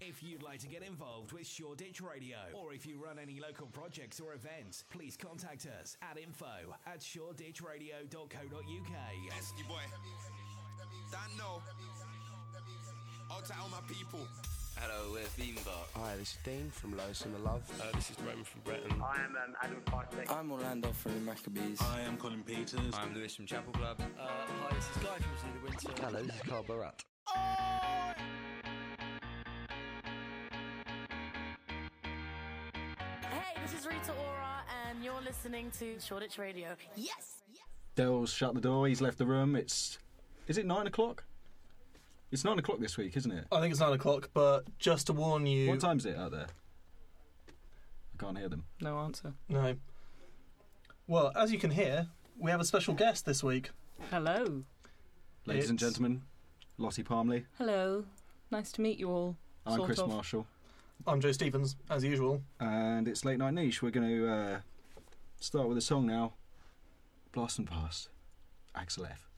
If you'd like to get involved with Shoreditch Radio, or if you run any local projects or events, please contact us at info at shoreditchradio.co.uk. Esky boy. Dano. Out to all my people. Hello, we're Beaver. Hi, this is Dean from Lois and the Love. Uh, this is Roman from Breton. I am um, Adam Fartek. I'm Orlando from the Maccabees. I am Colin Peters. I'm Lewis from Chapel Club. Uh, hi, this is Guy from Zulu Winter. Hello, this is Carl Barat. Hey, this is Rita Ora, and you're listening to Shoreditch Radio. Yes! Dell's shut the door. He's left the room. It's is it nine o'clock? It's nine o'clock this week, isn't it? I think it's nine o'clock, but just to warn Oh, you. What time's it out there? I can't hear them. No answer. No. Well, as you can hear, we have a special guest this week. Hello. Ladies and It's- gentlemen, Lottie Palmley. Hello. Nice to meet you all. I'm sort Chris of. Marshall, I'm Joe Stevens, as usual. and it's late night niche. We're going to uh, start with a song now. Blast and past, Axel F.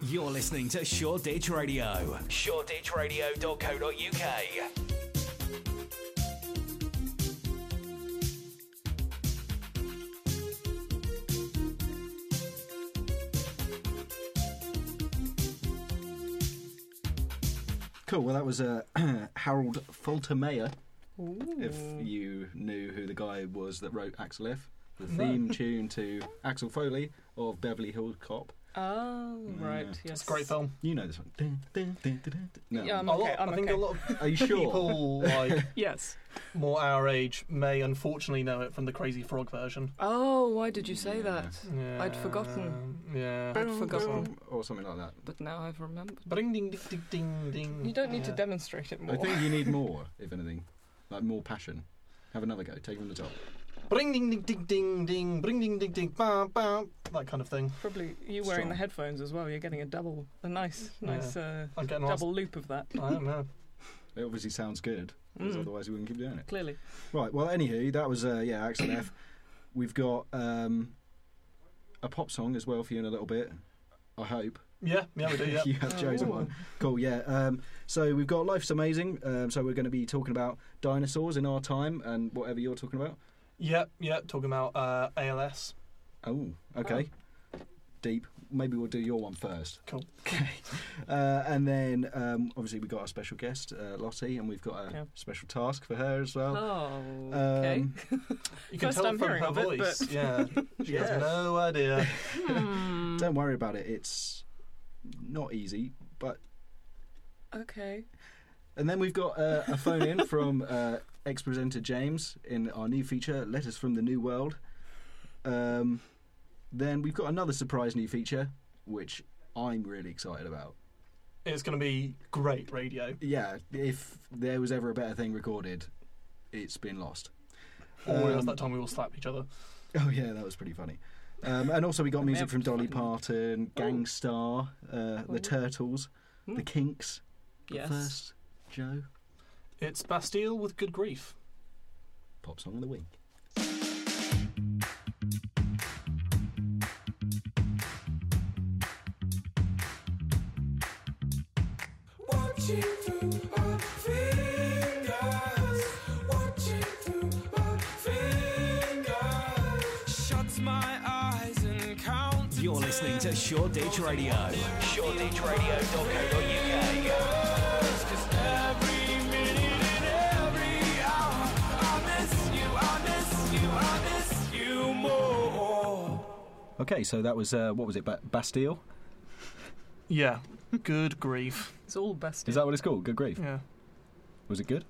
You're listening to Shoreditch Radio, shoreditchradio.co.uk. Cool. Well, that was uh, Harold Faltermeyer. If you knew who the guy was that wrote Axel F, the theme tune to Axel Foley of Beverly Hills Cop. Oh, right. Yes. It's a great film. You know this one. Dun, dun, dun, dun, dun, dun. No. Yeah, I'm A okay. lot- I'm I think okay. a lot of Are you sure? people like Yes. more our age may unfortunately know it from the Crazy Frog version. Oh, why did you say that? Yeah, I'd forgotten. Yeah. I'd forgotten. Or something like that. But now I've remembered. Bring ding ding ding ding ding. You don't need to Yeah. demonstrate it more. I think you need more, if anything. Like more passion. Have another go. Take it from the top. Bring ding ding ding ding ding. Bring ding ding ding. Bam bam. That kind of thing. Probably you wearing Strong. the headphones as well. You're getting a double, a nice, nice uh, I'm getting lost. double loop of that. I don't know. It obviously sounds good, because Mm. otherwise we wouldn't keep doing it. Clearly. Right. Well, anywho, that was uh, yeah, Axel F. We've got um, a pop song as well for you in a little bit. I hope Yeah, yeah, we do. Yeah. you have chosen Ooh. one. Cool. Yeah. Um, so we've got life's amazing. Um, so we're going to be talking about dinosaurs in our time and whatever you're talking about. yeah, yeah. Talking about uh, ALS. Oh, okay. Deep. Maybe we'll do your one first. Cool. Okay. Uh, and then um, obviously we've got our special guest, uh, Lottie, and we've got a Yeah. special task for her as well. Oh, okay. Um, You can First tell I'm from hearing her of it, voice. but- yeah, she has no idea. Hmm. Don't worry about it. It's not easy, but okay. And then we've got uh, a phone in from uh, ex presenter James in our new feature, Letters from the New World. Um, then we've got another surprise new feature, which I'm really excited about. It's going to be great radio. Yeah, if there was ever a better thing recorded, it's been lost. Or Um, else that time we all slapped each other. Oh, yeah, that was pretty funny. Um, and also, we got may music have from Dolly fun. Parton, Oh. Gangstar, uh, The Ooh. Turtles, The Hmm. Mm. Kinks. But Yes. First, Joe, It's Bastille with good grief. pop song of the week. Watching through my fingers. Watching through my fingers. Shuts my eyes and counts. You're listening to Shoreditch Radio, shoreditchradio.co.uk. Cause every minute and every hour, I miss you, I miss you, I miss you more. Okay, so that was, uh, what was it, ba- Bastille? Yeah, good grief. It's all best. Is that what it's called? Good grief. Yeah. Was it good?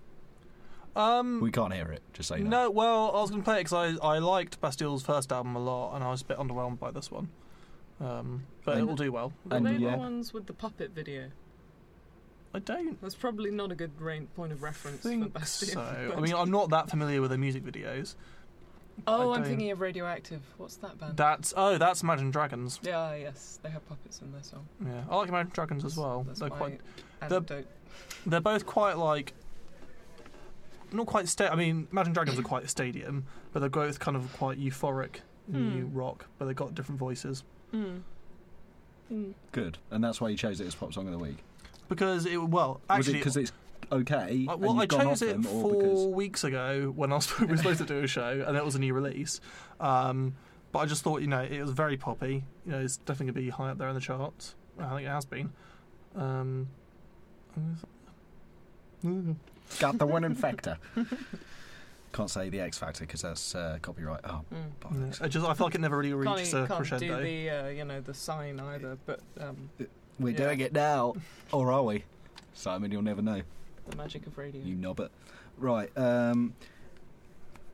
Um, we can't hear it. Just say No, well, I was going to play it because I, I liked Bastille's first album a lot, and I was a bit underwhelmed by this one. Um, but it And- will do well. Were And they yeah. the ones with the puppet video? I don't That's probably not a good rain, point of reference for think Bastille. so. I but- mean, I'm not that familiar with their music videos. oh, I I'm don't- thinking of Radioactive. What's that band? That's oh, that's Imagine Dragons. yeah, uh, yes, they have puppets in their song. Yeah, I like Imagine Dragons as well. That's They're my quite, anecdote. they're both quite like not quite sta- I mean, Imagine Dragons are quite a stadium, but they're both kind of quite euphoric new Hmm. rock, but they've got different voices Mm. Mm. Good, and that's why you chose it as pop song of the week. because it well was actually. it because it's okay? I- and well, you've I gone chose off it them, four or because weeks ago when I was we were supposed to do a show, and it was a new release. Um, but I just thought, you know, it was very poppy. You know, it's definitely gonna be high up there in the charts. I think it has been. Um, got the winning factor. Can't say the X Factor because that's uh, copyright. Oh, Hmm. Mm. yeah, bollocks. I just I feel like it never really Can't, e- reached a can't crescendo. do the uh, you know the sign either, but um, We're Yeah. doing it now, or are we? Simon, you'll never know. the magic of radio. You knobbit. Right. Um,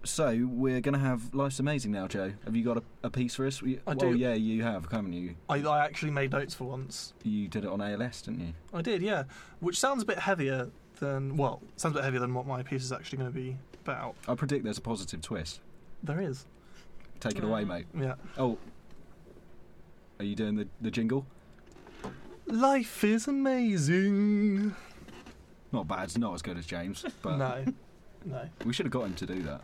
so we're going to have life's amazing now, Joe. Have you got a, a piece for us? We, I well, do. yeah, you have, haven't you? I, I actually made notes for once. You did it on ALS, didn't you? I did, yeah. Which sounds a bit heavier than well, sounds a bit heavier than what my piece is actually going to be about. I predict there's a positive twist. There is, Take it away, Mm. mate. yeah. Oh, are you doing the, the jingle? Life is amazing. Not bad. It's not as good as James, but no, no. we should have got him to do that.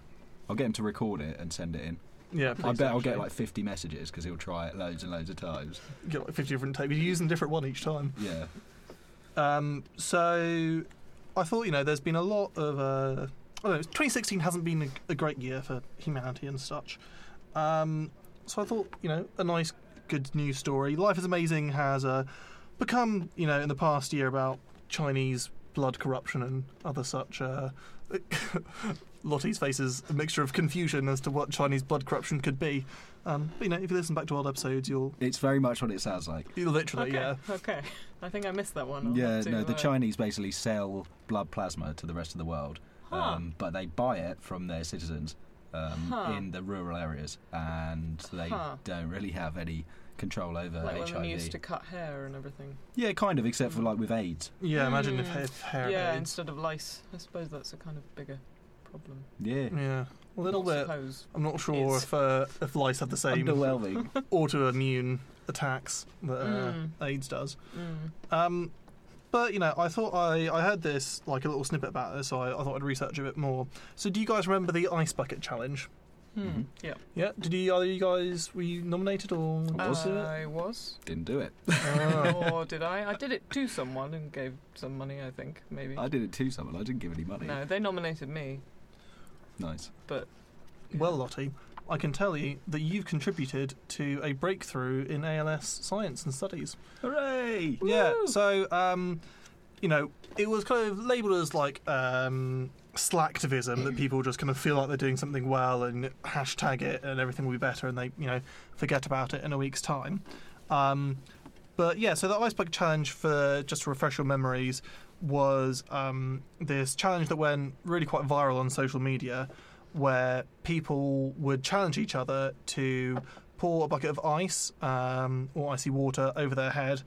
I'll get him to record it and send it in. Yeah, I please, bet I'll get actually. like 50 messages because he'll try it loads and loads of times. get like fifty different tapes. You're using a different one each time. Yeah. Um, so I thought, you know, there's been a lot of. Uh, I don't know, 2016 hasn't been a, a great year for humanity and such. Um, so I thought, you know, a nice, good news story. Life is Amazing has uh, become, you know, in the past year about Chinese blood corruption and other such. Uh, Lottie's faces a mixture of confusion as to what Chinese blood corruption could be. Um, but, you know, if you listen back to old episodes, you'll, It's very much what it sounds like. you'll literally, uh, Okay. yeah. Okay. I think I missed that one. I'll yeah, have to, no, the uh, Chinese basically sell blood plasma to the rest of the world, Huh. um, but they buy it from their citizens um, Huh. in the rural areas, and they Huh. don't really have any control over like when HIV. we used to cut hair and everything. Yeah, kind of, except for like with AIDS. Yeah, imagine if, Mm. if hair yeah, aids. instead of lice. I suppose that's a kind of bigger problem. Yeah, Yeah, a little Not bit. Suppose. I'm not sure is. if uh, if lice have the same underwhelming. autoimmune attacks that uh, Mm. AIDS does. Mm. Um, but you know, I thought I, I heard this like a little snippet about this, so I, I thought I'd research a bit more. So, do you guys remember the ice bucket challenge? Mm-hmm. Hmm. Yeah. Yeah, did you either you guys were you nominated or? I was. I was. Didn't do it. Ah. or did I? I did it to someone and gave some money. I think maybe. I did it to someone. I didn't give any money. no, they nominated me. Nice. Well, Lottie, I can tell you that you've contributed to a breakthrough in ALS science and studies. Hooray! Yeah. So, um, you know, it was kind of labelled as like um, slacktivism that people just kind of feel like they're doing something well and hashtag it and everything will be better, and they you know forget about it in a week's time. Um, but yeah, so the iceberg challenge for just to refresh your memories was um, this challenge that went really quite viral on social media, where people would challenge each other to pour a bucket of ice um, or icy water over their head,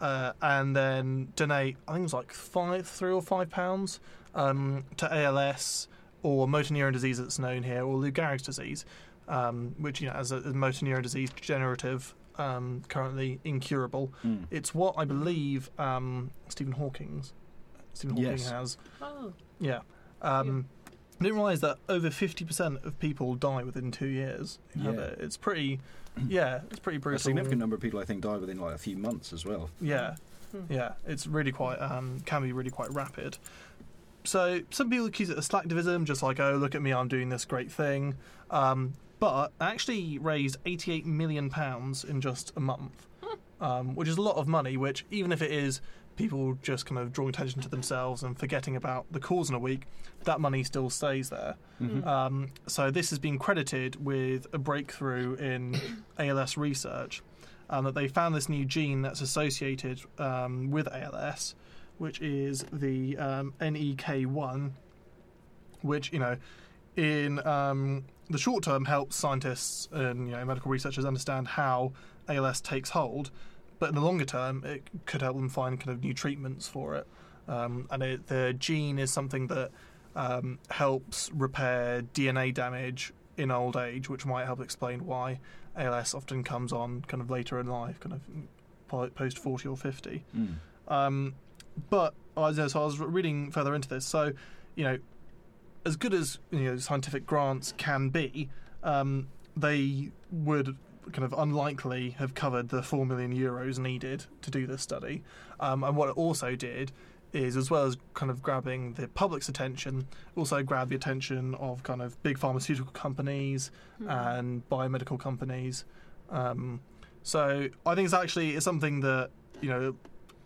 uh, and then donate. I think it was like five, three or five pounds um, to ALS or motor neuron disease that's known here, or Lou Gehrig's disease, um, which you know as a, a motor neuron disease degenerative. Um, currently incurable. Hmm. It's what I believe um, Stephen Hawking's Stephen Hawking Yes. has. Oh. Yeah. Um, I didn't realise that over fifty percent of people die within two years. who have Yeah. it. It's pretty. Yeah, it's pretty brutal. A significant number of people, I think, died within like a few months as well. Yeah, Hmm. yeah, it's really quite um, can be really quite rapid. So some people accuse it of slacktivism, just like oh look at me, I'm doing this great thing. Um, but I actually raised 88 million pounds in just a month, um, which is a lot of money. Which even if it is people just kind of drawing attention to themselves and forgetting about the cause in a week, that money still stays there. Um, so this has been credited with a breakthrough in ALS research, and that they found this new gene that's associated um, with ALS, which is the um, NEK1, which you know, in um, the short term helps scientists and you know medical researchers understand how ALS takes hold, but in the longer term it could help them find kind of new treatments for it. Um, and it, the gene is something that um, helps repair DNA damage in old age, which might help explain why ALS often comes on kind of later in life, kind of po- post 40 or 50. Um, but I was, so I was reading further into this. So, you know, as good as you know scientific grants can be, um, they would kind of unlikely have covered the four million euros needed to do this study. Um, and what it also did is, as well as kind of grabbing the public's attention, also grabbed the attention of kind of big pharmaceutical companies and biomedical companies. Um, so I think it's actually it's something that you know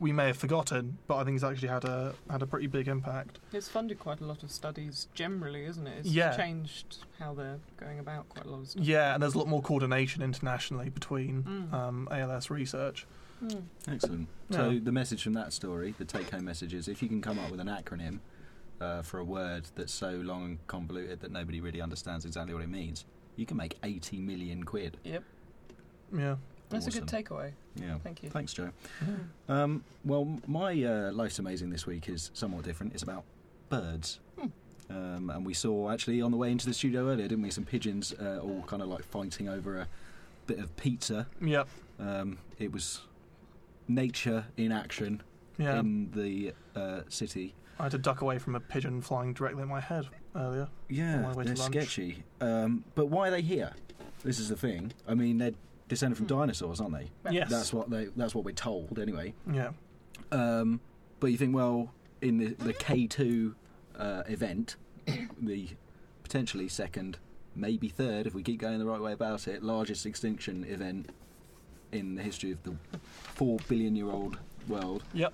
we may have forgotten, but I think it's actually had a had a pretty big impact. It's funded quite a lot of studies generally, isn't it? It's Yeah. changed how they're going about quite a lot of stuff. Yeah, and there's a lot more coordination internationally between Mm. um, ALS research. Mm. Excellent. So Yeah. the message from that story, the take-home message is: if you can come up with an acronym uh, for a word that's so long and convoluted that nobody really understands exactly what it means, you can make 80 million quid. Yep. Yeah. That's a good Awesome. takeaway. Yeah. Thank you. Thanks, Joe. Um, well, m- my uh, life's amazing this week is somewhat different. It's about birds. Hmm. Um, and we saw actually on the way into the studio earlier, didn't we? Some pigeons uh, all kind of like fighting over a bit of pizza. Yep. Um, it was nature in action Yeah. in the uh, city. I had to duck away from a pigeon flying directly at my head earlier. On my Yeah, way to they're lunch. sketchy. Um, but why are they here? This is the thing. I mean, they're descended from dinosaurs, aren't they? Yes. That's what they. That's what we're told, anyway. Yeah. Um, but you think, well, in the, the K2 uh, event, the potentially second, maybe third, if we keep going the right way about it, largest extinction event in the history of the four billion year old world, Yep.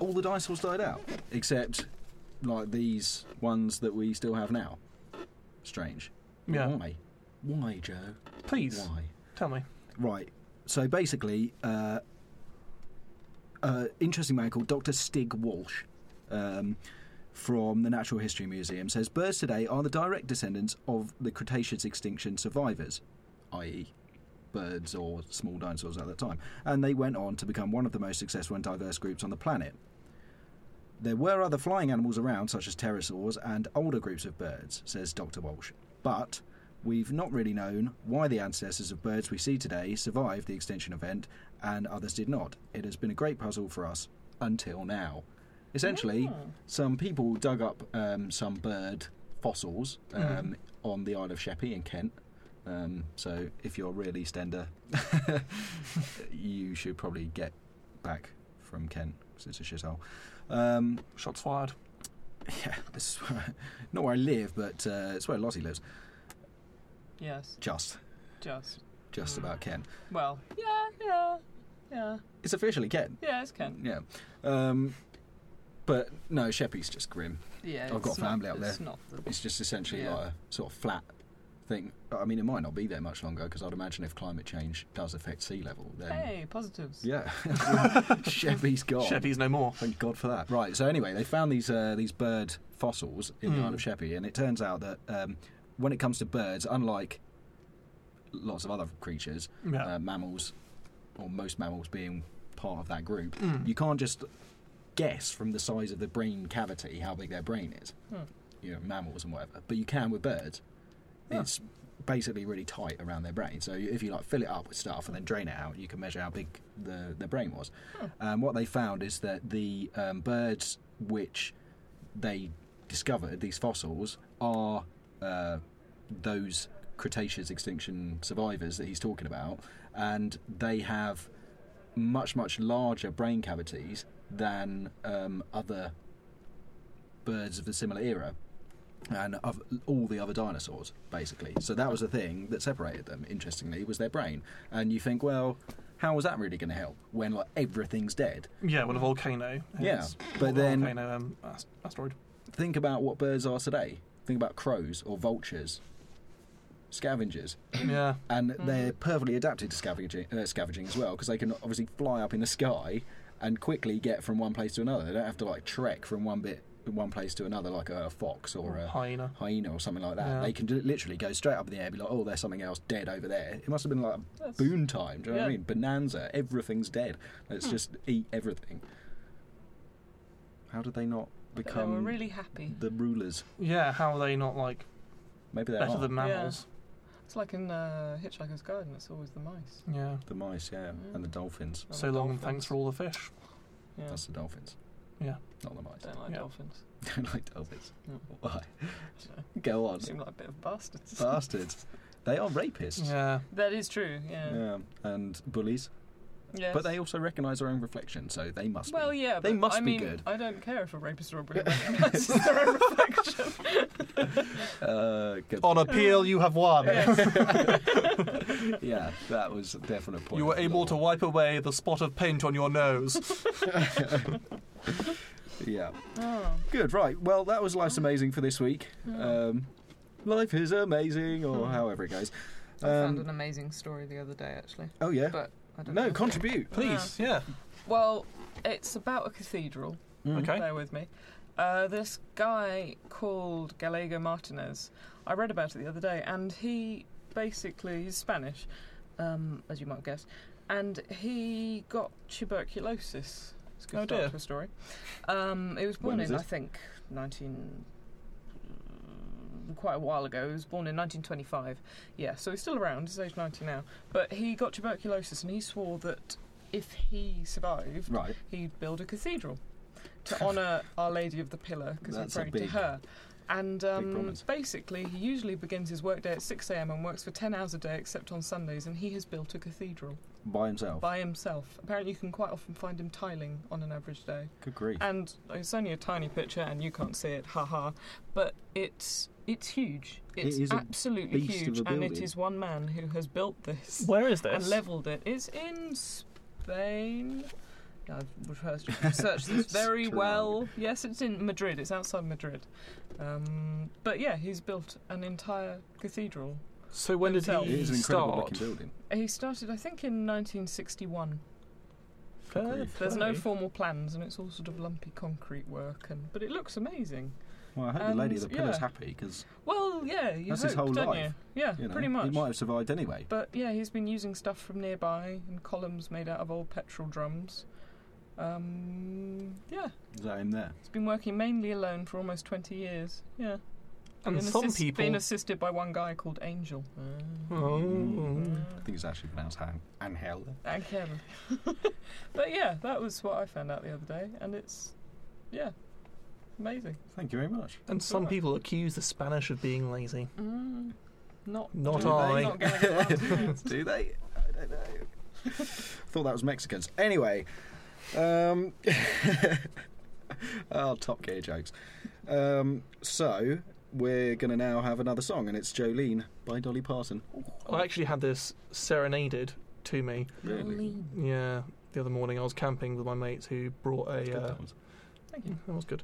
all the dinosaurs died out, except like these ones that we still have now. Strange. Yeah. Why? Why, Joe? Please Why? tell me. Right. So basically, uh, uh, interesting man called Dr. Stig Walsh um, from the Natural History Museum says birds today are the direct descendants of the Cretaceous extinction survivors, i.e., birds or small dinosaurs at that time, and they went on to become one of the most successful and diverse groups on the planet. There were other flying animals around, such as pterosaurs and older groups of birds, says Dr. Walsh, but we've not really known why the ancestors of birds we see today survived the extinction event and others did not. It has been a great puzzle for us until now. Essentially, some people dug up um, some bird fossils um, on the Isle of Sheppey in Kent. Um, so if you're a real EastEnder, you should probably get back from Kent because it's a shithole. Um, Shots fired. yeah, this is where, not where I live, but uh, it's where Lottie lives. Yes. Just, Just. Hmm. just about Kent. Well. Yeah. Yeah. Yeah. It's officially Kent. Yeah. It's Kent. Yeah. Um, but no, Sheppey's just grim. Yeah. I've got it's family not, up there. It's not the It's just essentially Yeah. like a sort of flat thing. I mean, it might not be there much longer because I'd imagine if climate change does affect sea level, then Hey, positives. yeah, Sheppey's gone. Chevy's no more. Oh. Thank God for that. Right. So anyway, they found these uh, these bird fossils in the Isle of Sheppey, and it turns out that um, when it comes to birds, unlike lots of other creatures, Yeah. uh, mammals, or most mammals being part of that group, you can't just guess from the size of the brain cavity how big their brain is. You know, mammals and whatever, but you can with birds. It's basically really tight around their brain. So if you like fill it up with stuff and then drain it out, you can measure how big the their brain was. And what they found is that the um, birds which they discovered these fossils are uh, those Cretaceous extinction survivors that he's talking about, and they have much much larger brain cavities than um, other birds of a similar era and of all the other dinosaurs basically so that was the thing that separated them interestingly was their brain and you think well how was that really going to help when like everything's dead Yeah, well, a volcano. Yeah, It's- but well, a then- volcano um, ast- asteroid. think about what birds are today think about crows or vultures scavengers Yeah. and they're perfectly adapted to scavenging, uh, scavenging as well because they can obviously fly up in the sky and quickly get from one place to another. They don't have to like trek from one bit one place to another like a fox or a Hyena. hyena or something like that. Yeah. They can do- literally go straight up in the air, be like, "Oh, there's something else dead over there." It must have been like That's- boon time. Do you know what I Yeah. mean? Bonanza. Everything's dead. Hmm. Let's just eat everything. How did they not But They were become really happy. the rulers? Yeah. How are they not like Maybe they better are than mammals? It's like in uh, Hitchhiker's Guide, and it's always the mice. Yeah. the mice, yeah, and the dolphins. Not Hmm. So the long and dolphins. thanks for all the fish. Yeah. That's the dolphins. Yeah. Not the mice. Don't like Yeah. Hmm. dolphins. Don't like dolphins. No. Why? So, Go on. seem like a bit of bastards. Bastards. They are rapists. Yeah. that is true. Yeah. Yeah, and bullies. Yes. But they also recognise their own reflection, so they must Well, be. yeah. They but must I be mean, good. I don't care if a rapist or a bully recognises their own reflection. Uh, good. On appeal, you have won. yeah, that was a definite point. You were of able law. to wipe away the spot of paint on your nose. Yeah. Oh. Good, right. Well, that was Life's Amazing for this week. Um, life is amazing, Hmm. or however it goes. I found Um, an amazing story the other day, actually. oh, yeah. But I don't know. No, contribute. Please, yeah. well, it's about a cathedral. Okay. Bear with me. Uh, this guy called Gallego Martinez. I read about it the other day, and he basically he's Spanish, um, as you might guess, and he got tuberculosis. It's a good Oh, start dear. to a story. Um, he was When born was in, I this? think, nineteen. Quite a while ago. He was born in 1925. Yeah, so he's still around. He's age 90 now. But he got tuberculosis and he swore that if he survived, Right. he'd build a cathedral to honour Our Lady of the Pillar because That's a he prayed to big- her. And um, promise. basically, he usually begins his workday at 6 a.m. and works for 10 hours a day, except on Sundays. And he has built a cathedral By himself. by himself. Apparently, you can quite often find him tiling on an average day. Good grief. And it's only a tiny picture, and you can't see it, haha. But it's it's huge. It It's is a absolutely beast of huge, a and it building. is one man who has built this Where is and levelled it. It's in Spain. Yeah, I've rehearsed- researched this very Strong. well. Yes, it's in Madrid. It's outside Madrid. Um, but yeah, he's built an entire cathedral. So when did Himself. it he is an incredible start? looking building. He started, I think, in 1961. Fair grief. There's no play. formal plans, and it's all sort of lumpy concrete work. And but it looks amazing. Well, I hope the lady of the And, pillar's yeah. happy because Well, yeah, you That's hope, his whole don't life, you? Yeah, you know, pretty much. he might have survived anyway. But yeah, he's been using stuff from nearby and columns made out of old petrol drums. Um, yeah, Is that him there? he's been working mainly alone for almost 20 years. Yeah. And Been some assist- people. Been assisted by one guy called Angel. Oh. I think it's actually pronounced Hang. Angel. And him. but yeah, that was what I found out the other day, and it's, yeah, amazing. Thank you very much. And some Right. people accuse the Spanish of being lazy. Not, Not not I. not gonna go out. Do they? I don't know. Thought that was Mexicans. Anyway, um, oh, Top Gear jokes. Um, so we're going to now have another song, and it's Jolene by Dolly Parton. I actually had this serenaded to me. Really? Yeah, the other morning I was camping with my mates who brought a. Uh, Thank you. that was good.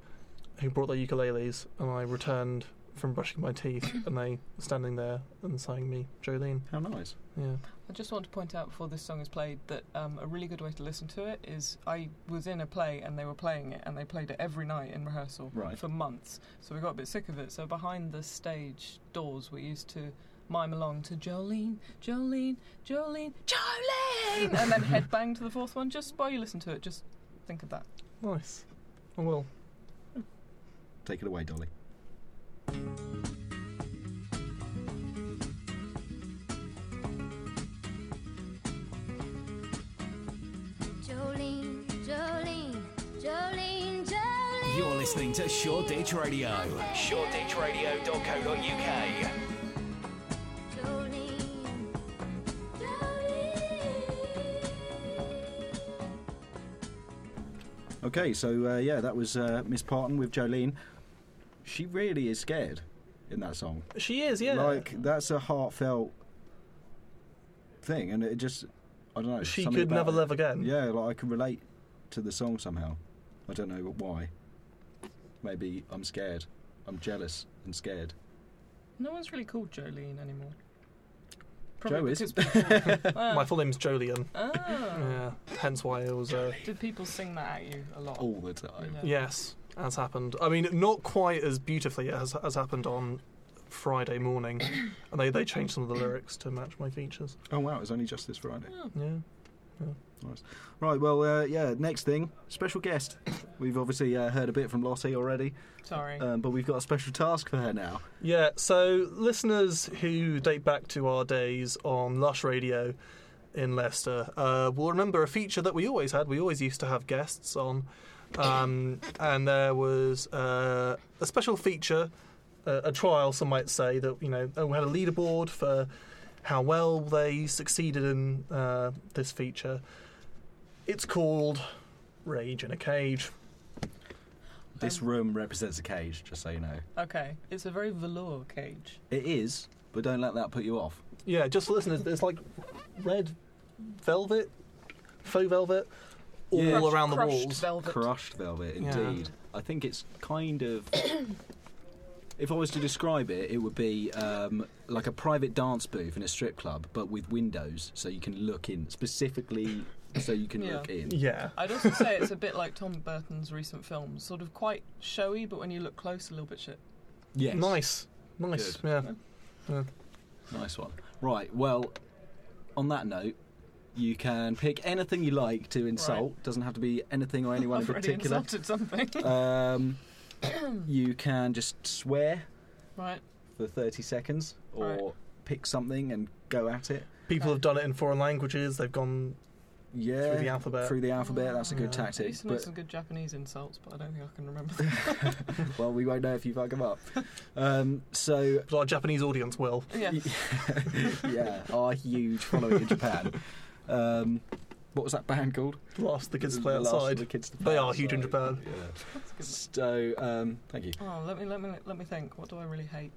Who brought their ukuleles, and I returned from brushing my teeth, and they were standing there and sang me Jolene. How nice. Yeah. I just want to point out before this song is played that um, a really good way to listen to it is I was in a play and they were playing it and they played it every night in rehearsal Right. for months. So we got a bit sick of it. So behind the stage doors, we used to mime along to Jolene, Jolene, Jolene, Jolene, and then headbang to the fourth one. Just while you listen to it, just think of that. Nice. Oh, I will. Take it away, Dolly. Jolene, Jolene, Jolene, Jolene. You're listening to Short Ditch Radio. ShortDitchRadio.co.uk. Jolene, Jolene. Okay, so uh, yeah, that was uh, Miss Parton with Jolene. She really is scared in that song. She is, yeah. Like that's a heartfelt thing, and it just I don't know. she something could about never it. love again. Yeah, like I can relate to the song somehow. I don't know why. Maybe I'm scared. I'm jealous and scared. No one's really called Jolene anymore. Joe Probably is. because people- Well, My full name's Jolien. ah. Yeah. Hence why it was. Uh, Did people sing that at you a lot? All the time. Yeah. yes, as happened. I mean, not quite as beautifully as as happened on Friday morning, and they they changed some of the lyrics to match my features. Oh wow, it's only just this Friday. Yeah. Right, well, uh, yeah, next thing special guest. We've obviously uh, heard a bit from Lottie already, Sorry. um, but we've got a special task for her now. Yeah, so listeners who date back to our days on Lush Radio in Leicester uh, will remember a feature that we always had. We always used to have guests on Um, and there was uh, a special feature, uh, a trial, some might say, that you know we had a leaderboard for how well they succeeded in uh, this feature. It's called Rage in a Cage. This room represents a cage, just so you know. Um, Okay, it's a very velour cage. It is, but don't let that put you off. Yeah, just for listeners, it's like red velvet, faux velvet, all Yeah. Crushed- around the crushed walls. velvet. Crushed velvet, Yeah. indeed. I think it's kind of. if I was to describe it, it would be um, like a private dance booth in a strip club, but with windows so you can look in, specifically so you can Yeah. look in. Yeah. I'd also say it's a bit like Tom Burton's recent films, sort of quite showy, but when you look close, a little bit shit. Yes. Nice. Nice. Good. Yeah. Nice one. Right, well, on that note, you can pick anything you like to insult. Doesn't have to be anything or anyone I've in already particular. insulted something. Um, you can just swear right. for 30 seconds or Right. pick something and go at it. People Okay. have done it in foreign languages. They've gone. Yeah. Through the alphabet. Through the alphabet, that's a good Yeah. I tactic. used to know But, some good Japanese insults, but I don't think I can remember. them. well, we won't know if you fuck them up. Um, so, But our Japanese audience will. yeah. yeah, our huge following in Japan. Um, what was that band called? Last the kids play The Last of outside. the Kids to They Play are huge in Japan. Outside. Yeah. That's good. So, um, thank you. Oh, let me let me let me think. What do I really hate?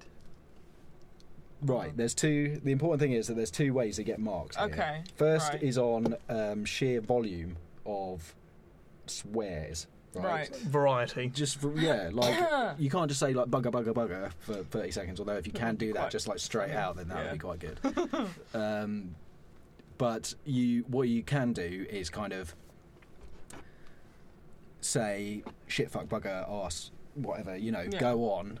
Right, there's two. The important thing is that there's two ways they get marked. here. Okay, First right. is on um, sheer volume of swears. Right. Variety. Just for, yeah, like you can't just say like bugger bugger bugger for 30 seconds. Although if you can do that, Quite- just like straight out, then that would yeah. be quite good. um, but you, what you can do is kind of say shit, fuck, bugger, ass, whatever. You know, Yeah. go on.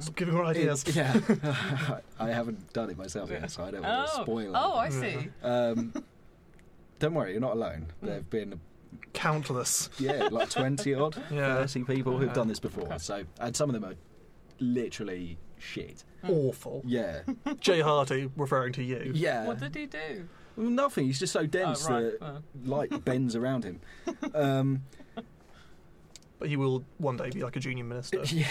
Stop giving her ideas. It- yeah, I haven't done it myself yet, so I don't want to Oh, spoil it. oh, I Hmm. see. Um, don't worry, you're not alone. There have been, Countless. yeah, like 20 odd, Yeah. 30 people who've Yeah. done this before. So, and some of them are literally shit. Awful. Yeah, Jay Hardy referring to you. yeah. What did he do? Well, Nothing. He's just so dense Oh, right. that Oh. light bends around him. Um, But he will one day be like a junior minister. yeah.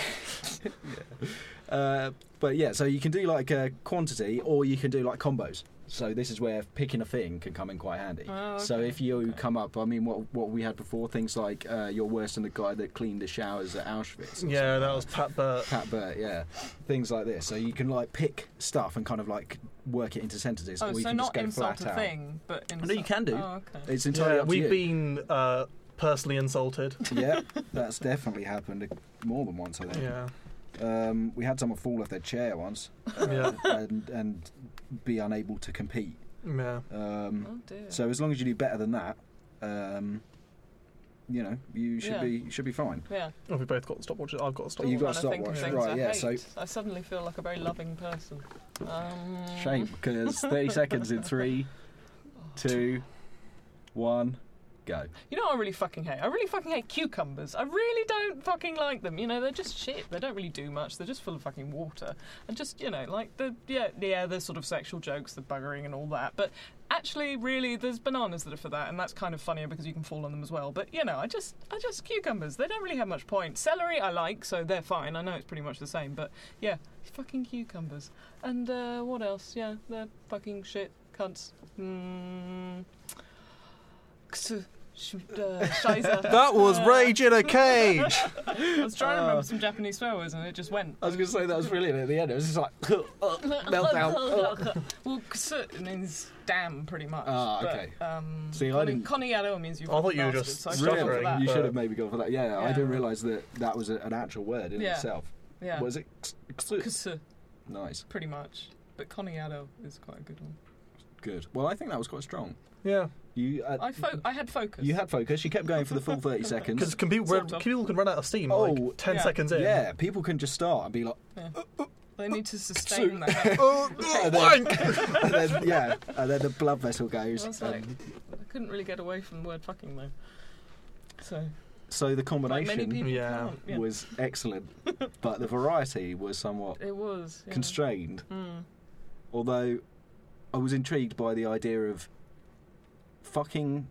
Uh, but yeah, so you can do like a quantity or you can do like combos. So this is where picking a thing can come in quite handy. Oh, So okay, if you come up, I mean, what what we had before, things like uh, you're worse than the guy that cleaned the showers at Auschwitz. or Yeah, that something like was Pat Burt. Pat Burt, yeah, things like this. So you can like pick stuff and kind of like work it into sentences, Oh, or you so can just not go insult flat a out. thing, but insult. No, you can do. Oh, okay. It's entirely Yeah, up to we've you. been uh, personally insulted. yeah, that's definitely happened more than once. I think. Yeah. Um, we had someone fall off their chair once Yeah. and and be unable to compete. Yeah. Um, Oh dear. So as long as you do better than that, um, you know you should Yeah. be you should be fine. yeah. Oh, we both got stopwatches. I've got a Oh, you stopwatch. got- Trying to think stopwatch, of things right, I yeah, hate. so- I suddenly feel like a very loving person. Um, Shame because thirty seconds in three, two, one, go. You know what I really fucking hate? I really fucking hate cucumbers. I really don't fucking like them. You know, they're just shit. They don't really do much. They're just full of fucking water. And just, you know, like the yeah, yeah, the sort of sexual jokes, the buggering and all that. But actually really there's bananas that are for that and that's kind of funnier because you can fall on them as well. But you know, I just I just cucumbers. They don't really have much point. Celery I like, so they're fine. I know it's pretty much the same, but yeah, fucking cucumbers. And uh, what else? Yeah, they're fucking shit cunts. Mm. That uh, that was Rage in a Cage! I was trying to remember some Japanese swear words and it just went. I was going to say that was brilliant at the end. It was just like uh, meltdown. well, ksu means damn, pretty much. Ah, but, okay. um, See, I mean, didn't- Koniyaro means you. I thought you were bastards, just so I struggled Really? referring. with that. you but- should have maybe gone for that. Yeah, I Yeah. didn't realise that that was a, an actual word in Yeah. itself. Yeah. Was it? Ksu, Nice, pretty much. But Koniyaro is quite a good one. good. Well, I think that was quite strong. Yeah. You uh, I fo- I had focus. you had focus. You kept going for the full thirty seconds. Because people, Sort of. people can run out of steam Oh, like 10 yeah. seconds in. Yeah, people can just start and be like, They need to sustain that. Oh, and then, and then- yeah, and then the blood vessel goes. Um, I was and- like, I couldn't really get away from the word fucking though. So so the like many combination people Yeah. can't. Yeah. was excellent, but the variety was somewhat It was. Yeah. Hmm. constrained. Although I was intrigued by the idea of fucking.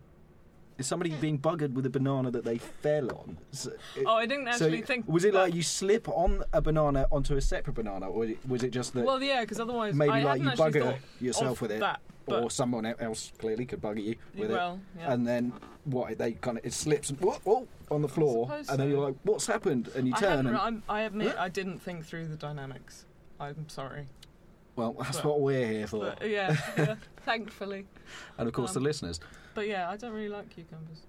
Is somebody Hmm. being buggered with a banana that they fell on? So, it- Oh, I didn't so actually think. Was it that- like you slip on a banana onto a separate banana, or was it- was it just that Well, yeah, because otherwise maybe I like hadn't you actually bugger thought yourself of with it, that, but- or someone e- else clearly could bugger you with well, it, yeah. and then what? They kind of it slips and, whoa, whoa, on the floor, and suppose then so. you're like, "What's happened?" And you I turn, hadn't- and I'm- I admit Huh? I didn't think through the dynamics. I'm sorry. well, that's Well, what we're here for. But, yeah, yeah, thankfully. and of course, um, the listeners. But yeah, I don't really like cucumbers.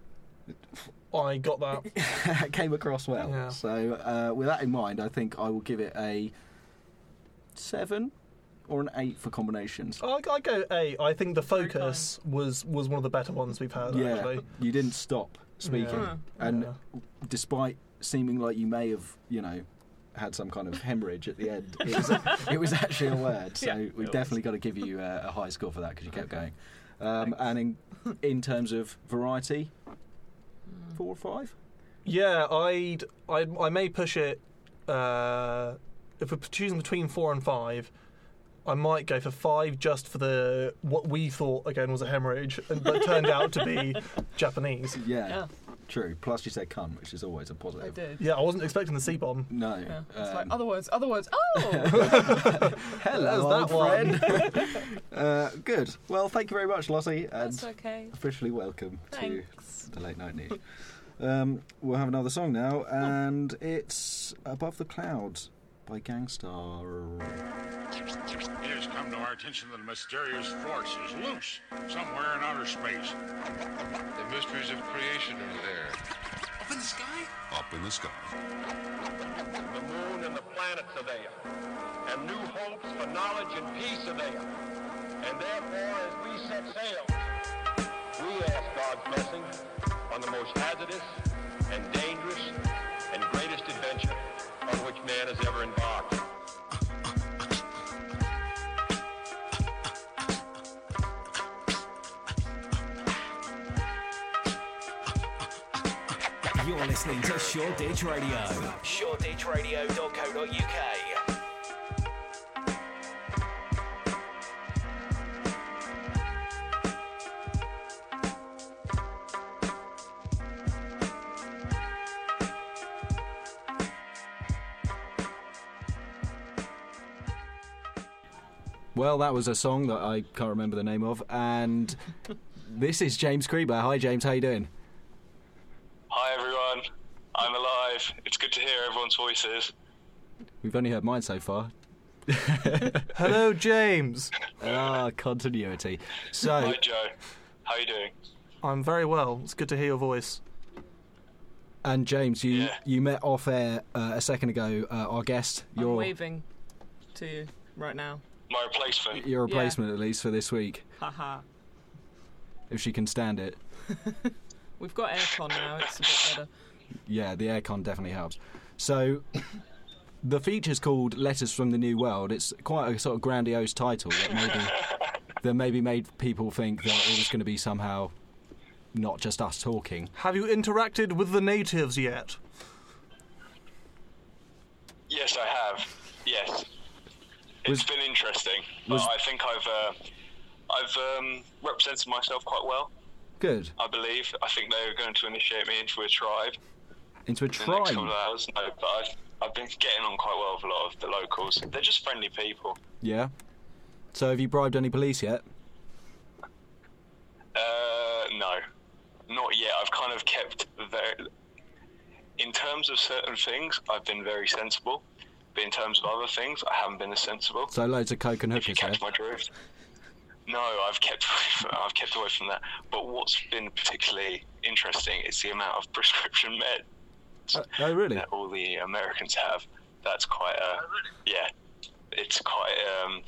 I got that. that came across well. Yeah. So, uh, with that in mind, I think I will give it a seven or an eight for combinations. I, I go A. I think the Very focus was was one of the better ones we've had. yeah, actually. you didn't stop speaking, Huh. and Yeah. despite seeming like you may have, you know, had some kind of hemorrhage at the end, it was, it was actually a word. So Yeah, it we've was. definitely got to give you a, a high score for that because you kept going. Um, and in in terms of variety, Hmm. four or five. Yeah, I'd, i I may push it. Uh, if we're choosing between four and five, I might go for five just for the what we thought again was a hemorrhage, and, but turned out to be Japanese. Yeah, Yeah, true. Plus, you said "cunt," which is always a I positive. did. Yeah, I wasn't expecting the C bomb. No. Yeah, it's um, like other words, other words. Oh, Hello, There's that old friend. uh, good. Well, thank you very much, Lottie, and that's okay. officially welcome Thanks. Oh. to the late night news. um, we'll have another song now, and it's "Above the Clouds" by Gangstar. It has come to our attention that a mysterious force is loose somewhere in outer space. The mysteries of creation are there. Up in the sky? Up in the sky. The moon and the planets are there, and new hopes for knowledge and peace are there. And therefore, as we set sail, we ask God's blessing on the most hazardous and dangerous and greatest adventure on which man has ever embarked. You're listening to Shoreditch Radio. ShoreditchRadio.co.uk. Well, that was a song that I can't remember the name of, and this is James Creeber. Hi, James. How you doing? Hi, everyone. I'm alive. It's good to hear everyone's voices. We've only heard mine so far. Hello, James. Ah, continuity. So, Hi, Joe. How you doing? I'm very well. It's good to hear your voice. and James, you Yeah. you met off air uh, a second ago. Uh, our guest, I'm your waving to you right now. My replacement. your replacement at least for this week, Haha. if she can stand it. We've got aircon now. It's a bit better. Yeah, the aircon definitely helps. So, the feature's called "Letters from the New World." It's quite a sort of grandiose title that maybe that maybe made people think that it was going to be somehow not just us talking. Have you interacted with the natives yet? Yes, I have. Yes, it's Was- been interesting. was- but I think I've uh, I've um, represented myself quite well. Good I believe. I think they're going to initiate me into a tribe into a in the next couple of tribe. hours. No, but I've I've been getting on quite well with a lot of the locals. They're just friendly people. Yeah. So, have you bribed any police yet? Uh, no, not yet. I've kind of kept very. In terms of certain things, I've been very sensible. But in terms of other things, I haven't been as sensible. So, loads of coke and if you hookers. catch Yeah. my drift. No, I've kept away from, I've kept away from that. But what's been particularly interesting is the amount of prescription med Oh, really? that all the Americans have. That's quite a yeah. It's quite um.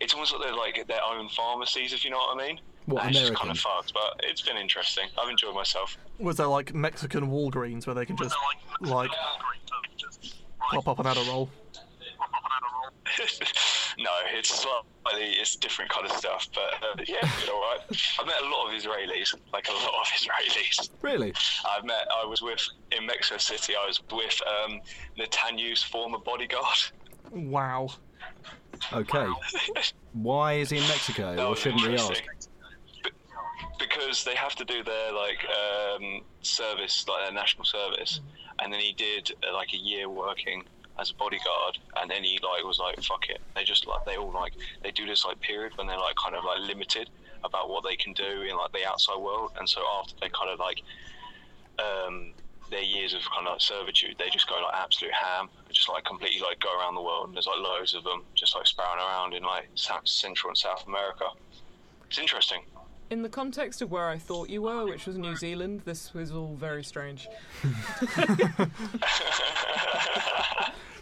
It's almost like they're like their own pharmacies, if you know what I mean. What, And it's just kind of Americans? fucked, but it's been interesting. I've enjoyed myself. Was there like Mexican Walgreens where they can just like pop up an Adderall? no, it's slightly it's different kind of stuff, but uh, yeah, it's all right. I've met a lot of Israelis, like a lot of Israelis. Really? I've met. I was with in Mexico City. I was with um, Netanyahu's former bodyguard. Wow. Okay. Why is he in Mexico? That Or was Oh, shouldn't we ask? interesting. Be- because they have to do their like um, service, like their national service, and then he did uh, like a year working as a bodyguard, and then he like was like fuck it. They just like they all like they do this like period when they're like kind of like limited about what they can do in like the outside world, and so after they kind of like um, their years of kind of like servitude, they just go like absolute ham, just like completely like go around the world. And there's like loads of them just like sprouting around in like South, Central and South America. It's interesting. In the context of where I thought you were, which was New Zealand, this was all very strange.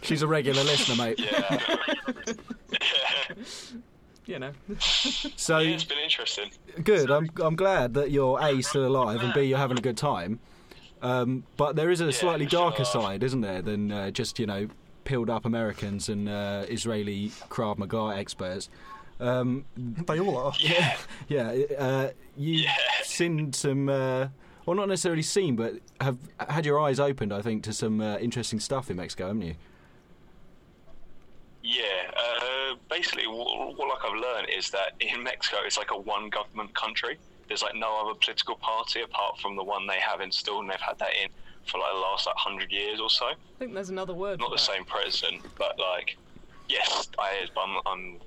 She's a regular listener, mate. you know. So yeah, it's been interesting. Good. I'm I'm glad that you're a still alive and b you're having a good time. Um, but there is a slightly darker side, isn't there, than uh, just you know peeled up Americans and uh, Israeli Krav Maga experts. Um, they all are. Yeah. yeah. Uh, you've seen some. Uh, well, not necessarily seen, but have had your eyes opened, I think, to some uh, interesting stuff in Mexico, haven't you? Yeah, uh, basically, what, what like I've learned is that in Mexico, it's like a one government country. There's like no other political party apart from the one they have installed, and they've had that in for like the last like hundred years or so. I think there's another word. Not the same president, but like, yes, I, I'm, I'm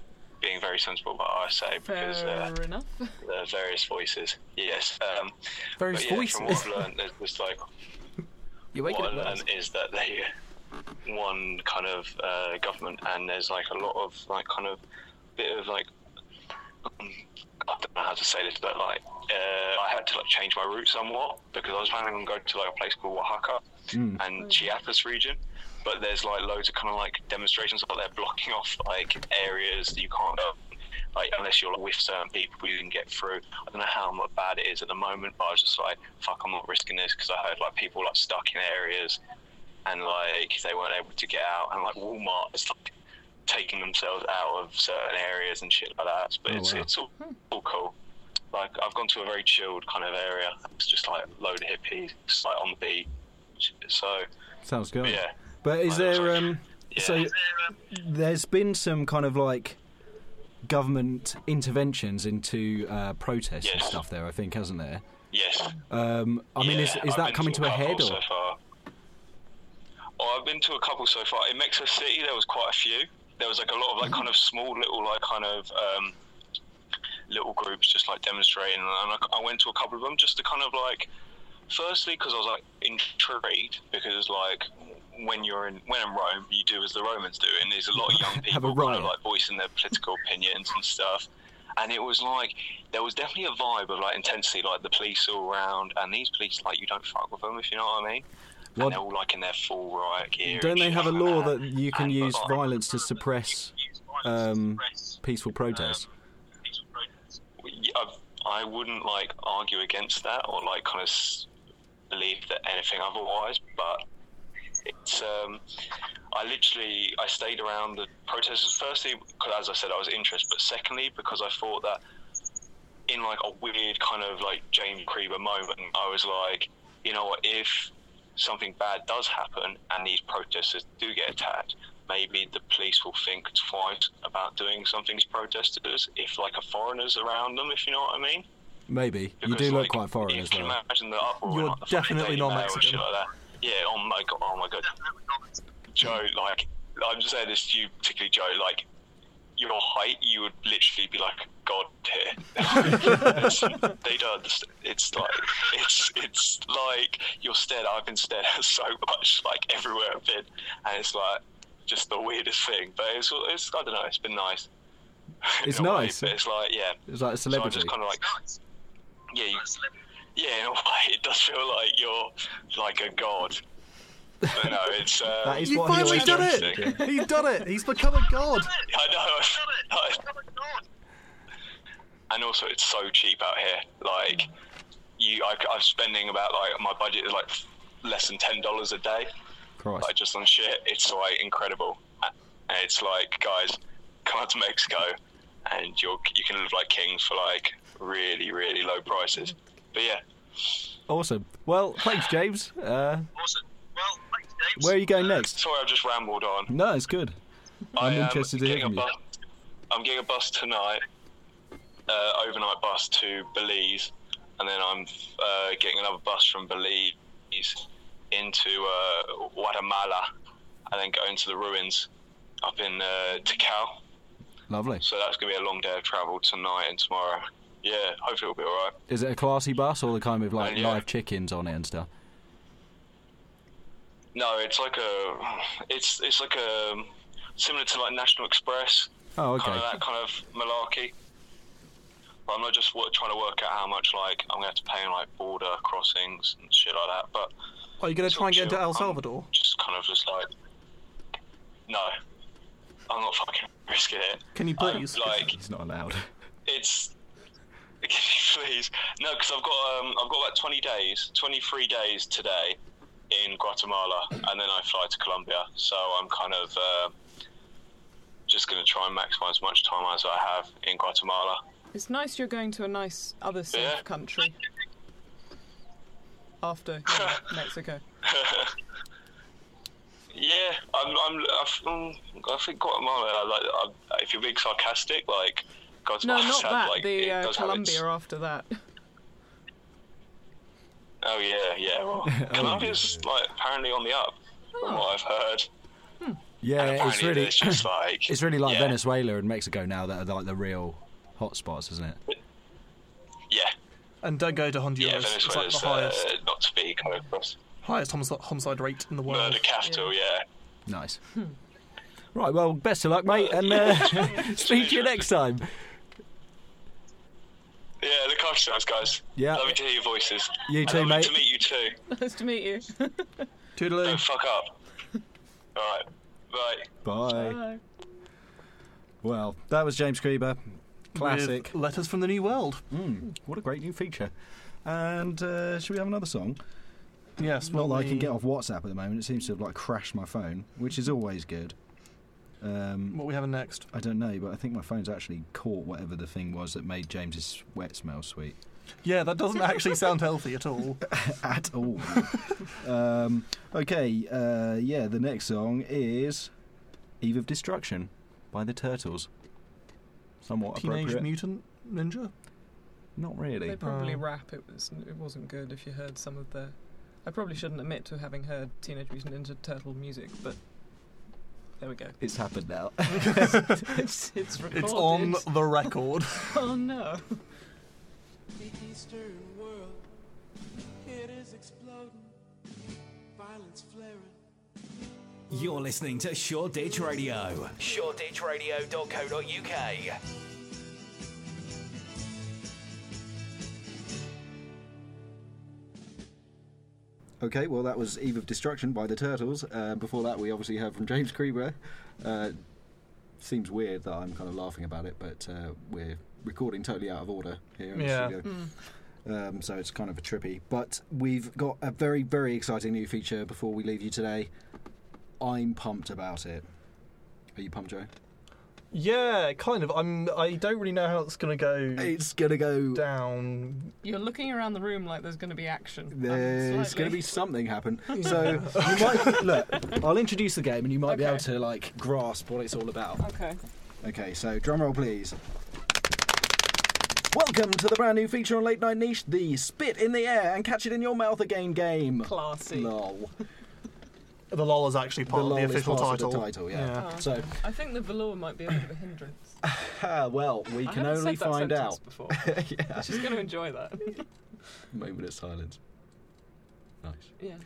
being very sensible about what I say because uh, Fair enough. the various voices. Yes, um, Various but yeah, From what voices. I've learned, there's, there's like You're what I learned is that they one kind of uh, government, and there's like a lot of like kind of bit of like um, I don't know how to say this, but like uh, I had to like change my route somewhat because I was planning on going to like a place called Oaxaca and Chiapas region. But there's like loads of kind of like demonstrations, like they're blocking off like areas that you can't go, like unless you're like, with certain people, you can get through. I don't know how much bad it is at the moment, but I was just like, fuck, I'm not risking this because I heard like people like stuck in areas and like they weren't able to get out, and like Walmart is like taking themselves out of certain areas and shit like that. But Oh, it's wow. it's all, all cool. Like I've gone to a very chilled kind of area. It's just like a load of hippies, just like on the beach. So Sounds good. Yeah. But is there um Hmm. so there's been some kind of like government interventions into uh, protests and stuff there, I think, hasn't there? yes, Um, I mean, is, Yeah, is I've that been coming to a couple head? Or? So far. Oh, I've been to a couple so far. In Mexico City, there was quite a few. There was like a lot of like Hmm. kind of small little like kind of um, little groups just like demonstrating, and I, I went to a couple of them just to kind of like, firstly because I was like intrigued because like when you're in when in Rome, you do as the Romans do, and there's a lot of young people Have a kind riot. of like voicing their political opinions and stuff. And it was like there was definitely a vibe of like intensity, like the police all around, and these police like you don't fuck with them if you know what I mean. What- And they're all like in their full riot gear. Don't and they shit have a like law that. that you can use violence to suppress um, peaceful protests? Um, Yeah, I, Um, I wouldn't like argue against that or like kind of s- believe that anything otherwise, but it's um, I literally I stayed around the protesters firstly because as I said I was interested, but secondly because I thought that in like a weird kind of like James Creeber moment, I was like, you know what, if something bad does happen and these protesters do get attacked, maybe the police will think twice about doing something to protesters if like a foreigner's around them, if you know what I mean. Maybe. you do look quite foreign as Can you well. imagine the uproar? You're like, the fucking definitely Daily not Mail and shit Mexican. Like that. Yeah. Oh my god. Oh my god. Joe, like, I'm just saying this to you, particularly Joe. Like, your height, you would literally be like God here. It's- they don't. It's like it's it's like you're stared. I've been stared at so much, like everywhere I've been, and it's like just the weirdest thing. But it's it's I don't know. It's been nice. in It's a way, nice. but it's like yeah. It's like a So I'm just celebrity. kind of like yeah, you, yeah. In a way, it does feel like you're like a god. But no, it's uh, That is You've what he finally always done it! wanted to do. He's done it. He's become a god. I know. I- and also, it's so cheap out here. Like, you, I, I'm spending about like my budget is like less than ten dollars a day, Christ. like just on shit. It's like incredible. And it's like, guys, come out to Mexico, and you're you can live like kings for like really really low prices. But yeah, Awesome. Well, thanks, James. Uh, Where are you Uh, going next? sorry, I've just rambled on. No, it's good. I I'm am interested to hear getting from a you. bus. I'm getting a bus tonight, uh, overnight bus to Belize, and then I'm uh, getting another bus from Belize into uh, Guatemala, and then going to the ruins up in uh, Tikal. Lovely. So that's going to be a long day of travel tonight and tomorrow. Yeah, hopefully it'll be all right. Is it a classy bus or the kind with like Uh, yeah. live chickens on it and stuff? No, it's like a, it's it's like a similar to like National Express. Oh, okay. Kind of that kind of malarkey. But I'm not just wo- trying to work out how much like I'm going to have to pay in like border crossings and shit like that. But Are you going to try and get into El Salvador? just kind of just like, no, I'm not fucking risking it. Can you I'm, please? like, It's not allowed. it's can you please no because I've got um, I've got about 20 days 23 days today in Guatemala and then I fly to Colombia so I'm kind of uh, just going to try and maximize as much time as I have in Guatemala It's nice you're going to a nice other safe Yeah. country. After you know, Mexico. yeah I'm, I'm I, f- mm, I think Guatemala like I, if you're being sarcastic like No, Guatemala not that. like, it the uh, does have its- Colombia after that. oh yeah yeah well, Colombia's like apparently on the up from Oh. what I've heard Yeah, it's apparently really it's just like- it's really like yeah. Venezuela and Mexico now that are the- like the real hotspots, isn't it? yeah And don't go to Honduras. Yeah, it's like Venezuela's the highest, uh, not to be kind of cross- highest homic- homicide rate in the world. murder capital. Yeah. Nice. Right, well, best of luck, mate, and uh, speak to you next time. yeah, Look after yourselves, guys. Yeah. Lovely to hear your voices. You And too, lovely mate. To meet you too. nice to meet you. Toodaloo. Don't fuck up. All right. Bye. Bye. Well, that was James Creeber. Classic. With letters from the New World. Mm, what a great new feature. And uh, should we have another song? Yes. Not well, that I can the- get off WhatsApp at the moment. It seems to have like crashed my phone, which is always good. Um, what we having next? I don't know, but I think my phone's actually caught whatever the thing was that made James's sweat smell sweet. Yeah, that doesn't actually sound healthy at all. at all. um, okay, uh, yeah, the next song is Eve of Destruction by the Turtles. Somewhat Teenage appropriate. Mutant Ninja. Not really. They probably rap. It was. It wasn't good if you heard some of the. I probably shouldn't admit to having heard Teenage Mutant Ninja Turtle music, but there we go. It's happened now. it's, it's recorded. It's on the record. Oh no. The Eastern world, it is exploding, violence flaring. You're listening to Shoreditch Radio. ShoreditchRadio.co.uk. Okay, well, that was Eve of Destruction by the Turtles. Uh, before that, we obviously heard from James Creeber. Uh, seems weird that I'm kind of laughing about it, but uh, we're recording totally out of order here in Yeah. the studio. Um, so it's kind of a trippy. But we've got a very, very exciting new feature before we leave you today. I'm pumped about it. Are you pumped, Joe? Yeah, kind of. I'm. I don't really know how it's gonna go. It's gonna go down. You're looking around the room like there's going to be action. There's going to be something happen. So, So you might look. I'll introduce the game, and you might be able to like grasp what it's all about. Okay. Okay, so drum roll, please. Welcome to the brand new feature on Late Night Niche, the Spit in the Air and Catch It in Your Mouth Again game. Classy. Lol. The lol is actually part The of the lol is official part title. of the title, yeah. So, Uh, I think the velour might be a bit of a hindrance. ah, well, we I can haven't only said that find sentence out. Before. yeah. She's going to enjoy that. Moment of silence. Nice. Yeah.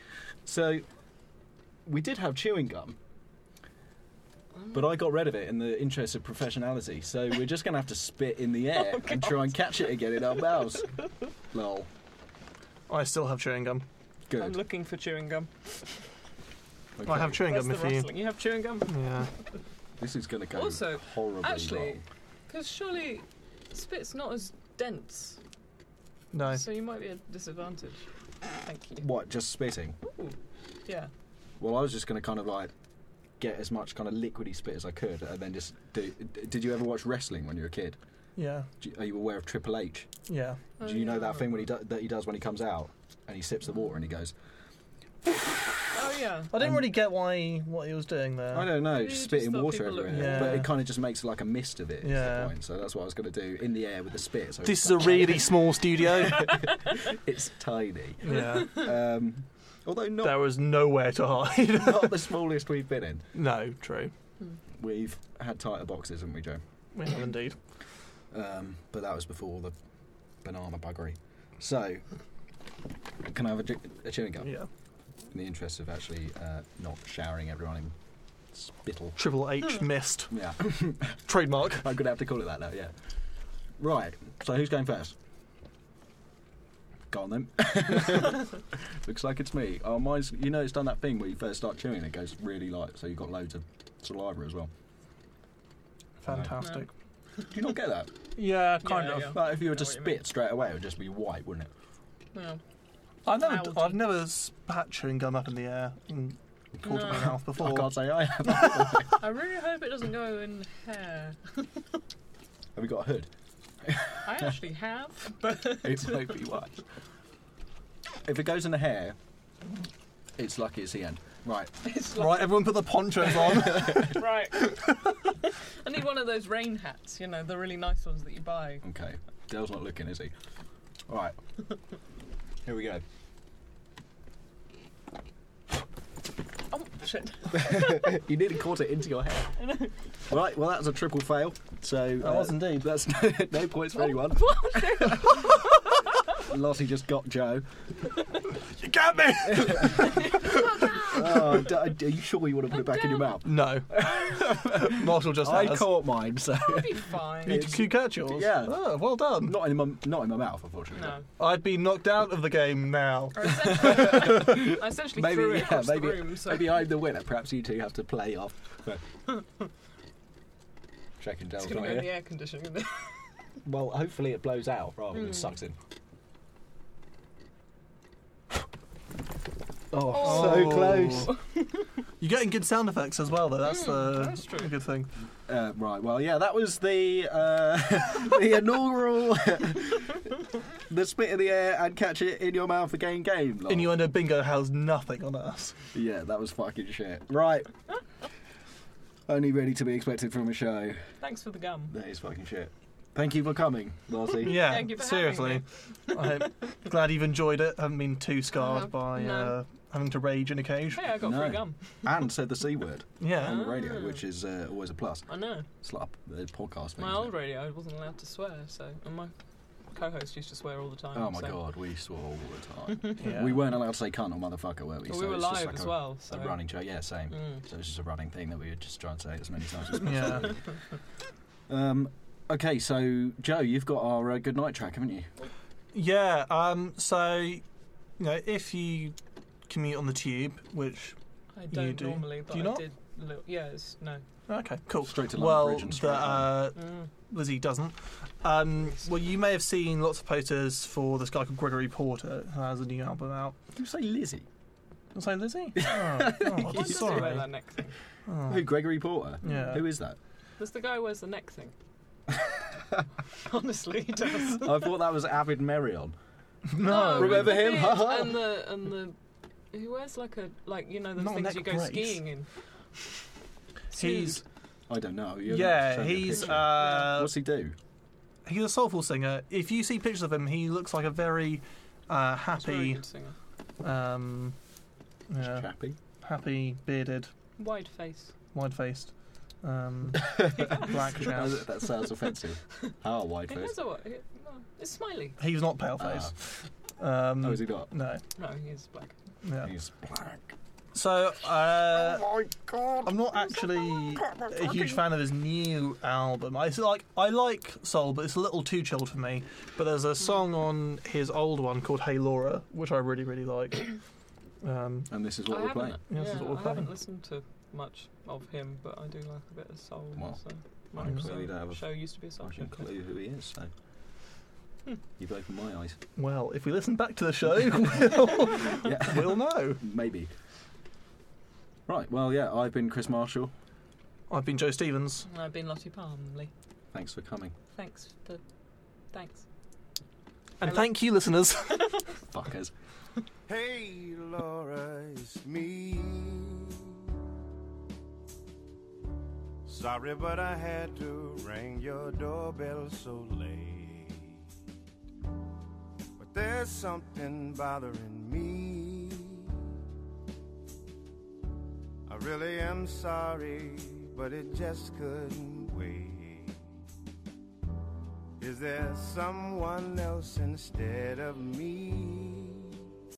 So, we did have chewing gum, but I got rid of it in the interest of professionality. So we're just going to have to spit in the air Oh, and try and catch it again in our mouths. Lol. I still have chewing gum. Good. I'm looking for chewing gum. I have chewing That's gum the if you. rustling. You have chewing gum. Yeah. This is going to go Also, horribly actually, wrong. because surely spit's not as dense, No. so you might be at a disadvantage. Thank you. What? Just spitting? Ooh. Yeah. Well, I was just going to kind of like get as much kind of liquidy spit as I could, and then just do. d- Did you ever watch wrestling when you were a kid? Yeah. Do you- are you aware of Triple H? Yeah. Do you know that thing when he do, that he does when he comes out and he sips the water and he goes? Oh yeah. I didn't really get why what he was doing there. Um, I don't know, just spitting water people everywhere. looked at But it. it kind of just makes like a mist of it. Yeah. Yeah. The point. So that's what I was going to do in the air with the spit. So This is a really small studio. it's tiny. Yeah. Um, although not there was nowhere to hide. not the smallest we've been in. No, true. We've had tighter boxes, haven't we, Joe? We have indeed. Um, but that was before the banana buggery. So, can I have a, ju- a chewing gum? Yeah. In the interest of actually uh, not showering everyone in spittle. Triple H missed. Yeah. Trademark. I'm going to have to call it that now, yeah. Right, so who's going first? Go on then. Looks like it's me. Oh, mine's, you know, it's done that thing where you first start chewing and it goes really light, so you've got loads of saliva as well. Fantastic. Do you not get that? Yeah, kind of. Like, if you were to spit straight away, it would just be white, wouldn't it? I've never, I've never spat chewing gum up in the air and called it my No. mouth before. I can't say I have. I really hope it doesn't go in hair. Have we got a hood? I actually have, but It might be wise. If it goes in the hair, it's lucky it's the end. Right. Right, everyone put the ponchos on. right. I need one of those rain hats. You know, the really nice ones that you buy. Okay. Dale's not looking, is he? Alright. Here we go. Oh shit! you nearly caught it into your hair. I know. Right, well, that was a triple fail. So. That was indeed. That's no points for anyone. Lottie just got Joe. you got me! Oh, d- are you sure you want to put it back in your mouth? No. Marshall just I has. caught mine, so. be fine. You, you catch yours? Yeah. Oh, well done. Not in my, not in my mouth, unfortunately. No. I'd be knocked out of the game now. I essentially maybe, threw it yeah, across maybe, the room. So maybe I'm the winner. Perhaps you two have to play off. But checking it's Dale's gonna not go in here. the air conditioning. isn't it? Well, hopefully it blows out rather than Mm. sucks in. Oh, Oh. so close. You're getting good sound effects as well, though. That's, uh, that's true. a good thing. Uh, right. Well, yeah, that was the uh, the inaugural the spit in the air and catch it in your mouth again game. lol. Innuendo bingo has nothing on us. Yeah, that was fucking shit. Right. Only really to be expected from a show. Thanks for the gum. That is fucking shit. Thank you for coming, Lottie. Yeah, Thank you for seriously. I'm glad you've enjoyed it. Haven't been too scarred Uh-huh. by No. uh, having to rage in a cage. Hey, I got No. free gum. and said the c word Yeah. on the radio, which is uh, always a plus. I know. It's like a a podcast. Thing, My isn't old it? radio, I wasn't allowed to swear, so and my co-host used to swear all the time. Oh my so. god, we swore all the time. Yeah. We weren't allowed to say cunt or motherfucker, were we? Well, we were it's just live like as a, well, so A running joke, yeah, same. Mm. So it's just a running thing that we would just try and say as many times as possible. Yeah. Um, okay, so Joe, you've got our uh, good night track, haven't you? Yeah. Um, so, you know, if you commute on the tube, which I don't you do, normally, but do you I not? did. Little, yeah, it's no. Okay, cool. Straight to London well, Bridge and straight the, uh, Mm. Lizzie doesn't. Um, well, you may have seen lots of posters for this guy called Gregory Porter, who has a new album out. Did you say Lizzie? Did I say Lizzie? Oh, oh, Why does he wear sorry. that neck thing? Oh. Who, Gregory Porter? Yeah. Who is that? Does the guy who wears the neck thing? Honestly, he does. I thought that was Avid Merion. No. Remember the him? beard Ha ha. and the and the he wears like a like you know those Not a things you neck go brace. skiing in. He's I don't know. You're gonna yeah, have to show me a he's picture. uh, What's he do? he's a soulful singer. If you see pictures of him, he looks like a very uh, He's a very happy, good singer. um, yeah, Chappy. happy bearded, Wide face. wide faced, um, black jazz. That sounds offensive. How wide It has face? a what? It, no, it's smiley. He's not pale faced. um, Oh, has he not? no, No, he's black. yeah. He's black. So uh, Oh my god! I'm not actually a huge fan of his new album. I s- like I like soul, but it's a little too chilled for me. But there's a song on his old one called "Hey Laura," which I really really like. Um, And this is I what we're haven't- playing. Yes, that's yeah, what we're I playing. haven't listened to much of him, but I do like a bit of soul. Well, so I Michael clearly Soul don't have a show used to be a soul show. Fucking clue who he is. So you've opened my eyes. Well, if we listen back to the show, we'll, Yeah. we'll know. Maybe. Right. Well, yeah. I've been Chris Marshall. I've been Joe Stevens. And I've been Lottie Palmley. Thanks for coming. Thanks for thanks. And thank you, listeners. Fuckers. hey, Laura, it's me. Sorry, but I had to ring your doorbell so late. But there's something bothering me. I really am sorry, but it just couldn't wait. Is there someone else instead of me?